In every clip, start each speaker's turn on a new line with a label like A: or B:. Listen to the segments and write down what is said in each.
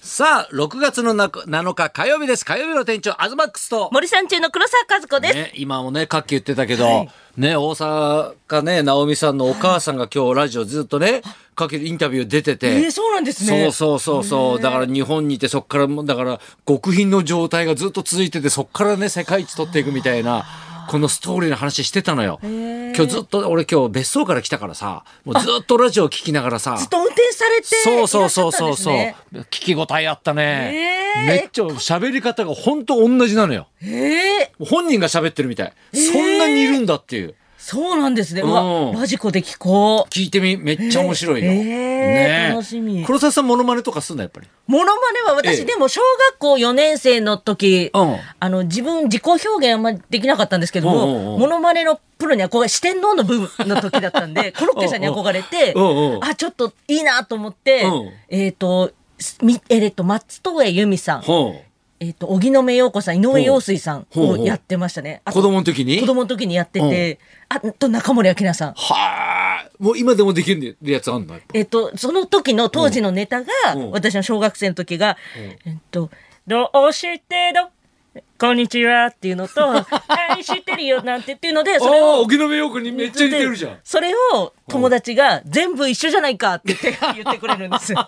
A: さあ、6月のなく7日火曜日です。火曜日の店長、アズマックスと。
B: 森さん中の黒沢和子です。
A: ね、今もね、かっき言ってたけど、ね、大阪ね、直美さんのお母さんが今日ラジオずっとね、かっきインタビュー出てて。
B: そうなんで
A: そうそうそうそう。だから日本にいてそっからも、だから極貧の状態がずっと続いてて、そっからね、世界一取っていくみたいな、このストーリーの話してたのよ。今日ずっと、俺今日別荘から来たからさ、もうずっとラジオ聞きながらさ。
B: ずっと運転されて
A: そうそうそうそうそう、
B: いらっしゃったん
A: 聞き応えあったね、
B: えー
A: めっちゃ喋り方が本当同じなのよ
B: ですね。ええ
A: 本人が喋ってるみたい、そんなにいるんだっていう
B: そうなんですね。う
A: うん
B: わ、ラジコで聞こう。
A: 聞いてみめっちゃ面白いよ、
B: えー
A: ねえ
B: 楽しみ
A: 黒沢さんモノマネとかすんのやっぱり
B: モノマネは私、
A: ええ
B: でも小学校4年生の時、
A: うん
B: あの、自分自己表現あんまりできなかったんですけども、
A: うんうんうん
B: モノマネのプロに憧れ、四天王の部分の時だった んで、コロッケさんに憧れて、
A: うんうん
B: あ、ちょっといいなと思って、
A: うん
B: えっ、と、みえっ、と、松任谷由実さん、
A: ほ
B: えっ、と、荻野目洋子さん、井上陽水さん
A: ほうほう
B: を
A: ほう
B: やってましたね。
A: う
B: あと
A: 子供の時に
B: 子供の時にやってて、あと中森明菜さん。
A: はあもう今でもできるやつあんのやっぱ
B: えっと、その時の当時のネタが
A: うんうん、
B: 私の小学生の時が、えっと、どうしてど、こんにちはっていうの と、愛してるよなんてっていうので、それ
A: ああ
B: を、
A: 沖縄洋子にめっちゃ似てるじゃ ん
B: それを友達が全部一緒じゃないかって言って言ってくれるんですよ。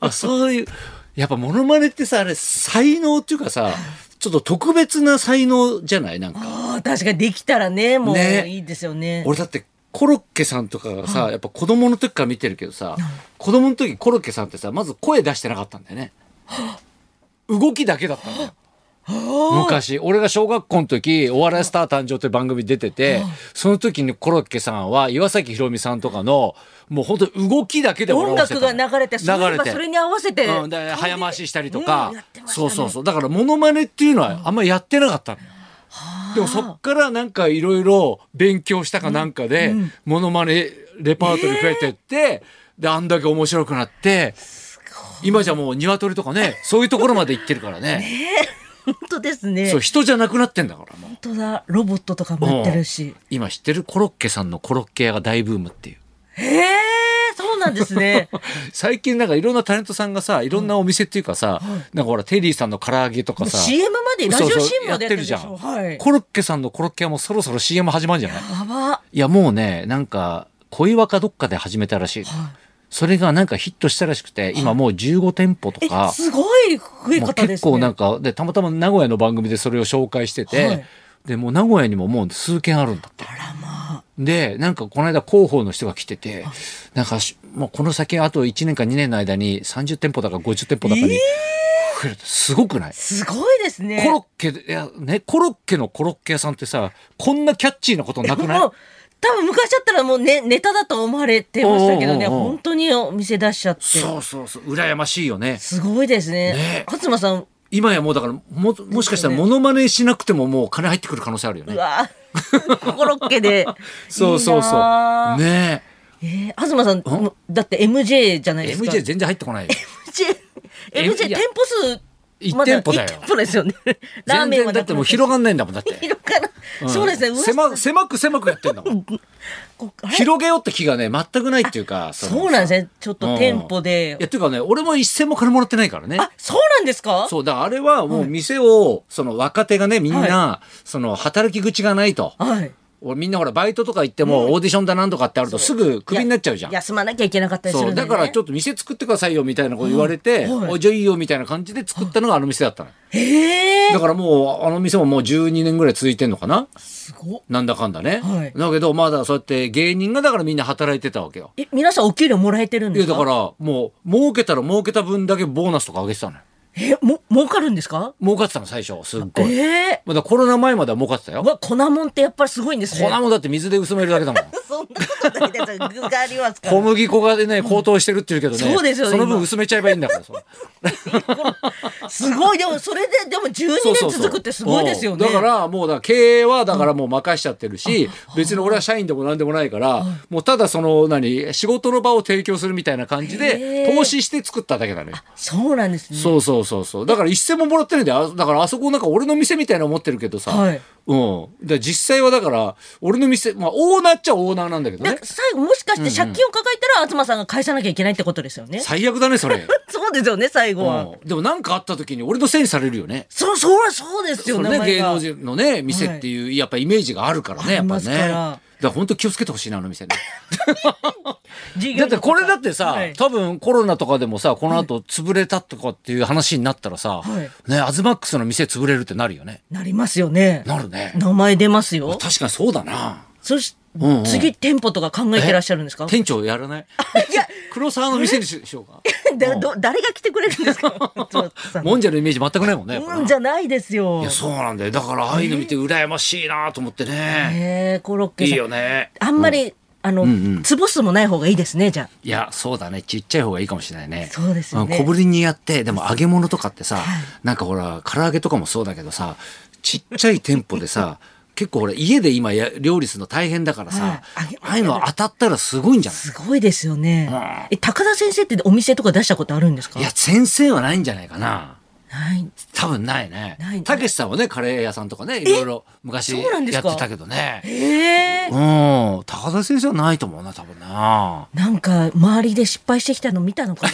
A: あそういうやっぱモノマネってさあれ才能っていうかさちょっと特別な才能じゃないなんか
B: ああ 確かにできたらね、もう
A: ね
B: いいですよね。
A: 俺だってコロッケさんとかがさ、やっぱ子供の時から見てるけどさ、子供の時コロッケさんってさまず声出してなかったんだよね動きだけだったんだよ昔俺が小学校の時「お笑いスター誕生」という番組出ててその時にコロッケさんは岩崎宏美さんとかのもう本当に動きだけで
B: 音
A: 笑わせ
B: 楽
A: て
B: が
A: たの
B: 流れて、それ
A: 流
B: がそれに合わせて、
A: うん、だから早回ししたりとか、
B: うんやってました
A: そ
B: ね
A: うそうそうだからモノマネっていうのはあんまりやってなかったのよでもそっからなんかいろいろ勉強したかなんかで、モノマネレパートリー増えてって、であんだけ面白くなって今じゃもう鶏とかねそういうところまで行ってるからね
B: 本当です ね。
A: そう
B: 本
A: 人じゃなくなってんだからもう
B: 当だ、ロボットとかもやってるし。
A: 今知ってるコロッケさんのコロッケ屋が大ブームっていう
B: へえ、そうなんで すね。
A: 最近なんかいろんなタレントさんがさいろんなお店っていうかさ、なんかほらテリーさんの唐揚げとかさ
B: CM までラジオ CM までやってるでしょ
A: そうそうやってるじゃん
B: はい
A: コロッケさんのコロッケはもうそろそろ CM 始まるんじゃない
B: やば
A: いやもうねなんか恋若どっかで始めたらしい、それがなんかヒットしたらしくて今もう15店舗と
B: え
A: か、
B: すごい増え
A: もう
B: 方ですね
A: 結構なんかでたまたま名古屋の番組でそれを紹介してて、
B: はい
A: でもう名古屋にももう数件あるんだって。でなんかこの間広報の人が来ててなんかしもうこの先あと1年か2年の間に30店舗だか50店舗だかに増えるってすごくない
B: すごいですね
A: コロッケでいやねコロッケのコロッケ屋さんってさこんなキャッチーなことなくない
B: もう多分昔だったらもう、ね、ネタだと思われてましたけどね
A: おうおうおう
B: 本当にお店出しちゃって
A: そうそうそう羨ましいよね
B: すごいですね
A: ね
B: 勝間さん
A: 今やもうだからももしかしたらモノマネしなくてももう金入ってくる可能性あるよ
B: う
A: ね
B: わ コロッケで
A: そうそう
B: いい
A: そう
B: なあ
A: ね
B: えー東さんもうだって MJ じゃない
A: え
B: ですか
A: MJ 全然入ってこないよ
B: MJ, MJ
A: い
B: 店
A: や
B: 舗数
A: 一
B: ま
A: 店舗だよ
B: 一店舗ですよねラー
A: 全
B: メ
A: 然
B: ンは
A: だ
B: な
A: っ
B: く
A: て
B: な
A: もう
B: ったし
A: 広がんないんだもんだって
B: 広がら
A: うん
B: そうですね、噂
A: 狭狭く狭くやってんだも ん
B: こうあれ
A: 広げようって気がね全くないっていうかの
B: そうなんですね。ちょっと店舗
A: い
B: で。
A: やっていうかね俺も一銭も金もらってないからね
B: あ、そうなんですか
A: そう、だからあれはもう店を、その若手がね、みんな、
B: は
A: その働き口がないと。
B: はい。
A: 俺みんなほらバイトとか行ってもオーディションだなんとかってあるとすぐクビになっちゃうじゃん。
B: や休まなきゃいけなかったりす
A: そ
B: る
A: う、
B: んで
A: だ
B: ね。
A: からち
B: ょ
A: ょ
B: っ
A: っと店作ってくださいよみたいなこと言われて、
B: はいはい
A: おじゃあいいよみたいな感じで作ったのがあの店だったの。
B: と。ええ
A: だからもうあの店ももう12年ぐらい続いてんのかな
B: すごっ。
A: なんだかんだね。
B: はい
A: だけどまだそうやって芸人がだからみんな働いてたわけよ。
B: え、皆さんお給料もらえてるん
A: い
B: で
A: や
B: すか
A: だからもう儲けたら儲けた分だけボーナスとか上げてたのよ。
B: え、も、儲かるんですか
A: 儲かってたの最初、すっごい。
B: ええ
A: まだコロナ前までは儲かってたよ
B: う。わ、粉もんってやっぱりすごいんですね。
A: 粉もだって水で薄めるだけだもん。
B: そんなことないですよ。具がありますから。
A: 小麦粉がね、高騰してるって言うけどね。
B: そうですよね
A: その分
B: 今
A: 薄めちゃえばいいんだから。そう
B: すごい。でも、それで、でも12
A: そうそう
B: 年
A: そう
B: 続くってすごいですよね。
A: うんだか、ら、もうだ、経営はだからもう任しちゃってるし、別に俺は社員でも何でもないから、もうただその、何、仕事の場を提供するみたいな感じで
B: へ、ー
A: 投資して作っただけだね。
B: そうなんですね。
A: そうそうそうそう。だから一銭ももらってないんだよ。あだからあそこなんか俺の店みたいな思ってるけどさ、
B: はい
A: うん、で実際はだから俺の店、まあ、オーナーっちゃオーナーなんだけど
B: だ
A: ね
B: から最後もしかして借金を抱えたら、東さんが返さなきゃいけないってことですよね。
A: 最悪だねそ れ、
B: そうですよね最後は。
A: うん、でも何かあった時に俺のせいにされるよね
B: そうそりゃそうですよ
A: それね
B: 名前
A: 芸
B: が
A: 能人のね店っていう、やっぱイメージがあるからねやっぱ
B: あ
A: ね
B: りますか
A: だ
B: ら
A: から本当気をつけてほしいなあの店ね
B: 事業
A: だってこれだってさ、
B: はい
A: 多分コロナとかでもさこの後潰れたとかっていう話になったらさ、
B: はい
A: ねアズマックスの店潰れるってなるよね
B: なりますよね。
A: なるね
B: 名前出ますよ。
A: 確かにそうだな
B: そし、
A: うんうん
B: 次店舗とか考えてらっしゃるんですか。
A: 店長やらない
B: いや
A: 黒沢の店にししようか
B: だど誰が来てくれるんですか。 東さん
A: もんじゃのイメージ全くないもんねやっぱな
B: うんじゃないですよ。
A: いやそうなんだよだからああいうの見て羨ましいなと思ってね、
B: えー、コロッケ
A: いい
B: さん。
A: よね
B: あんまり、あの、
A: うんうん
B: つぼすもない方がいいですね、じゃ
A: いやそうだねちっちゃい方がいいかもしれないね
B: そうですよね
A: ん小ぶりにやってでも揚げ物とかってさ、なんかほら唐揚げとかもそうだけどさちっちゃい店舗で さ結構ほら家で今や料理するの大変だからさ、
B: はい揚げ
A: ああいうの当たったらすごいんじゃ
B: あ。
A: ない
B: すごいですよね。え、高田先生ってお店とか出したことあるんですか
A: いや先生はないんじゃないかな
B: ない。
A: 多分ないね
B: ないね
A: たけしさんはねカレー屋さんとかねいろいろ昔
B: そう
A: や
B: なん
A: っ
B: で
A: て
B: すか
A: たけどね
B: ええ
A: うん高田先生はないと思うな多分な
B: なんか、周りで失敗してきたの見たのか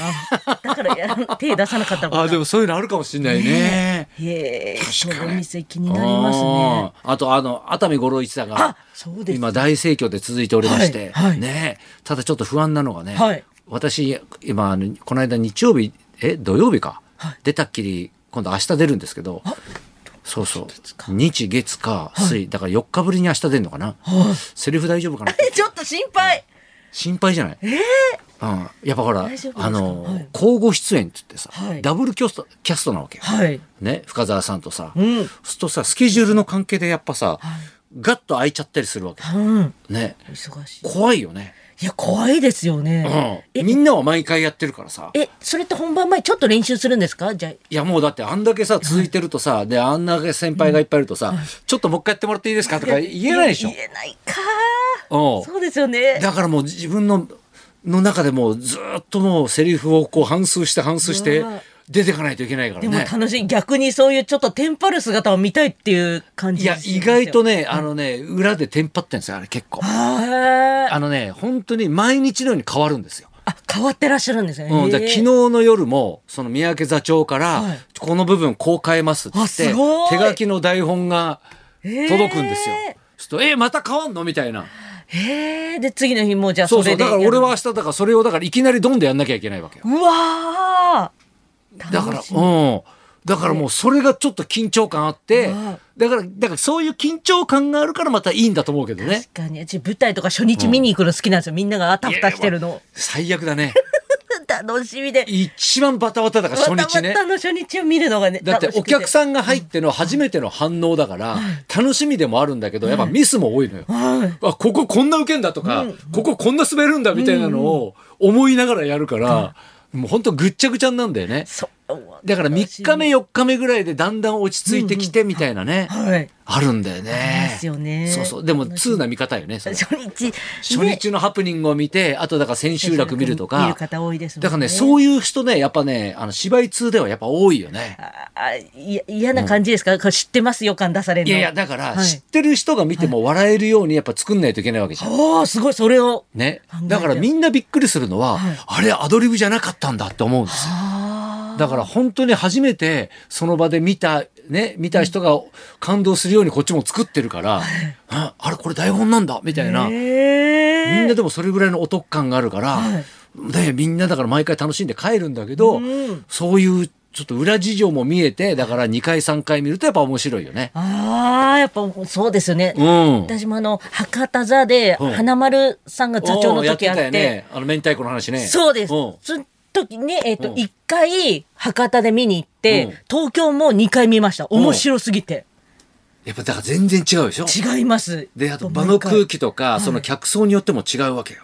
B: な だからやら手出さなかったのかな。
A: もそういうのあるかもしれないね
B: へえ
A: 確かに
B: そのお店気になりますね。
A: うんあとあの熱海五郎一さんが
B: あそうです
A: 今大盛況で続いておりまして、
B: はいはい
A: ねただちょっと不安なのがね、
B: はい
A: 私今あのこの間日曜日え土曜日か、
B: はい
A: 出たっきり今度明日出るんですけどそうそう日月火水、だから4日ぶりに明日出るのかな、セリフ大丈夫かな
B: え、ちょっと心配。
A: 心配じゃない、うん、やっぱほら
B: 大丈夫ですか
A: あの、
B: はい
A: 交互出演って言ってさ、
B: はい
A: ダブルキャストキャストなわけよ、
B: はい。
A: ね、深澤さんとさ、
B: ん
A: するとさスケジュールの関係でやっぱさ、ガッと空いちゃったりするわけ
B: うん。
A: ね
B: 忙しい。
A: 怖いよね、
B: いや、怖いですよね。
A: うん、みんなは毎回やってるからさ
B: え、それって本番前ちょっと練習するんですかじゃあ
A: いやもうだってあんだけさ続いてるとさ、であんだけ先輩がいっぱいいるとさ、ちょっともう一回やってもらっていいですかとか言えないでしょ
B: 言えないか
A: おう
B: そうですよね
A: だからもう自分のの中でもうずーっともうセリフをこう反数して反数して
B: うわ
A: 出てかないといけないから
B: でも
A: ね。
B: 楽しい、逆にそういうちょっとテンパる姿を見たいっていう感
A: い
B: じ
A: や
B: ですよ
A: 意外とねあのね裏でテンパってんですよあれ結構。
B: あー
A: あのね本当に毎日のように変わるんですよ。
B: あ変わってらっしゃるんですね、
A: うん、だから
B: へー
A: 昨日の夜もその三宅座長から、
B: はい
A: この部分こう変えますって言って
B: あすごい
A: 手書きの台本が届くんですよ
B: へー。
A: ちょっとえまた変わんのみたいな
B: へえで次の日もうじゃあ
A: そ
B: そう
A: そう
B: れで
A: だ
B: や
A: か
B: る
A: ら俺は明日だからそれをだからいきなりドンでやんなきゃいけないわけよ
B: うわー
A: だから
B: 楽しみ
A: うんだからもうそれがちょっと緊張感あって
B: わあ
A: だからだからそういう緊張感があるからまたいいんだと思うけどね
B: 確かにうち舞台とか初日見に行くの好きなんですよ、みんながあたふたしてるの
A: 最悪だね
B: 楽しみで
A: 一番バタバタだから初日ね
B: またまたの初日を見るのがね
A: だってお客
B: ん
A: さんが入っての初めての反応だから楽しみでもあるんだけどやっぱミスも多いのよ。
B: はい
A: あこここんな受けんだとか、
B: うん
A: こここんな滑るんだみたいなのを思いながらやるから、もうほんとぐっちゃぐちゃになんだよね
B: そう
A: だから3日目4日目ぐらいでだんだん落ち着いてきてみたいなね、
B: はい
A: あるんだよ
B: あ
A: ね
B: りますよね
A: そうそうでも通な見方よねそれ
B: 初日
A: 初
B: ね
A: 日のハプニングを見てあとだから千秋楽見ると
B: 見
A: か
B: る方多いですもんね
A: だからねそういう人ねやっぱねあの芝居通ではやっぱ多いよね。
B: ああいや嫌な感じですか、これ知ってます予感出される
A: い
B: の
A: やいや、だから、
B: はい
A: 知ってる人が見ても笑えるようにやっぱ作んないといけないわけじゃん。
B: おーすごいそれを
A: ね
B: 考え。て
A: だからみんなびっくりするのは、
B: はい
A: あれアドリブじゃなかったんだって思うんですよ。
B: あ
A: だから本当に初めてその場で見た、ね、見た人が感動するようにこっちも作ってるから、ああれこれ台本なんだみたいな。
B: ー
A: み
B: へえ
A: んなでもそれぐらいのお得感があるから、
B: はい
A: ね、みんなだから毎回楽しんで帰るんだけど、
B: うん
A: そういうちょっと裏事情も見えて、だから2回3回見るとやっぱ面白いよね。
B: あーやっぱそうですよね、
A: うん。
B: 私もあの博多座で
A: うん
B: 花丸さ んが座長
A: お
B: の時あっ
A: ーやってた
B: て
A: よね、あの明太子の話ね
B: そうです
A: ん
B: その時ねえっ、
A: う
B: と
A: ん
B: 一回博多で見に行っ
A: うん
B: て東京も二回見ました面白すぎて
A: やっぱだから全然違うでしょ
B: 違います
A: であと場の空気とか
B: い
A: その客層によっても違うわけよ、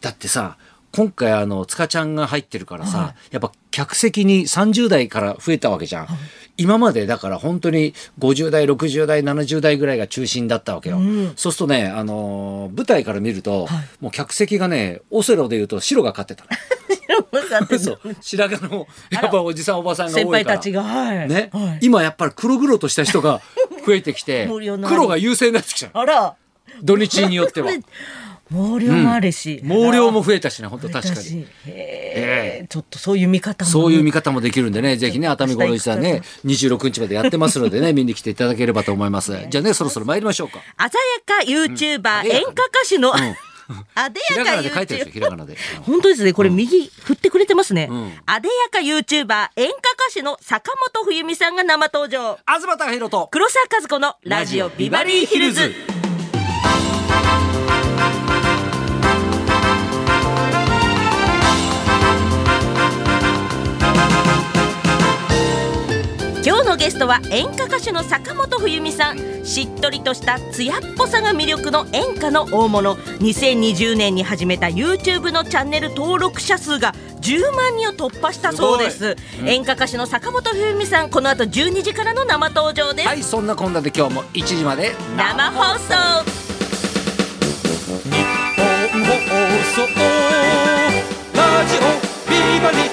A: だってさ今回あの塚ちゃんが入ってるからさ、
B: は
A: やっぱ客席に30代から増えたわけじゃん、今までだから本当に50代60代70代ぐらいが中心だったわけよ、
B: うん
A: そうするとね、あのー舞台から見ると、
B: はい
A: もう客席がねオセロでいうと白が勝ってた のそう白髪のやっぱおじさんおばさんが多いから
B: 先輩たちがはい、
A: ね、
B: は い
A: 今やっぱり黒々とした人が増えてきて
B: 森生の
A: 黒が優勢になってきちゃう
B: あら
A: 土日によって は
B: 毛量もあるし、
A: 毛量も増えたしね本当
B: 増え
A: 確
B: た
A: かに
B: しへえちょっとそういう見方もね
A: そういう見方もできるんでねぜひね熱海五郎一さんね26日までやってますの でね見に来ていただければと思いますじゃあねそろそろ参りましょう か
B: 鮮やかユーチューバ
A: う
B: ー
A: ん
B: 演歌歌手 の、
A: んひ
B: 艶
A: らが
B: や
A: な
B: かユ
A: で書
B: ー
A: いて
B: チ
A: るで
B: ュ
A: しょ
B: ー
A: ひらがなでうん
B: 本当ですねこれ右振ってくれてますね、
A: うん
B: 艶やかユーチューバー演歌歌手の坂本冬美さんが生登場
A: 東隆弘と
B: 黒沢和子のラジオビバリーヒルズ今日のゲストは演歌歌手の坂本冬美さんしっとりとした艶っぽさが魅力の演歌の大物2020年に始めた YouTube のチャンネル登録者数が10万人を突破したそうです演歌歌手の坂本冬美さんこの後12時からの生登場です、
A: はいそんなこんなで今日も1時まで
B: 生放送
A: 放送ラジオビバリー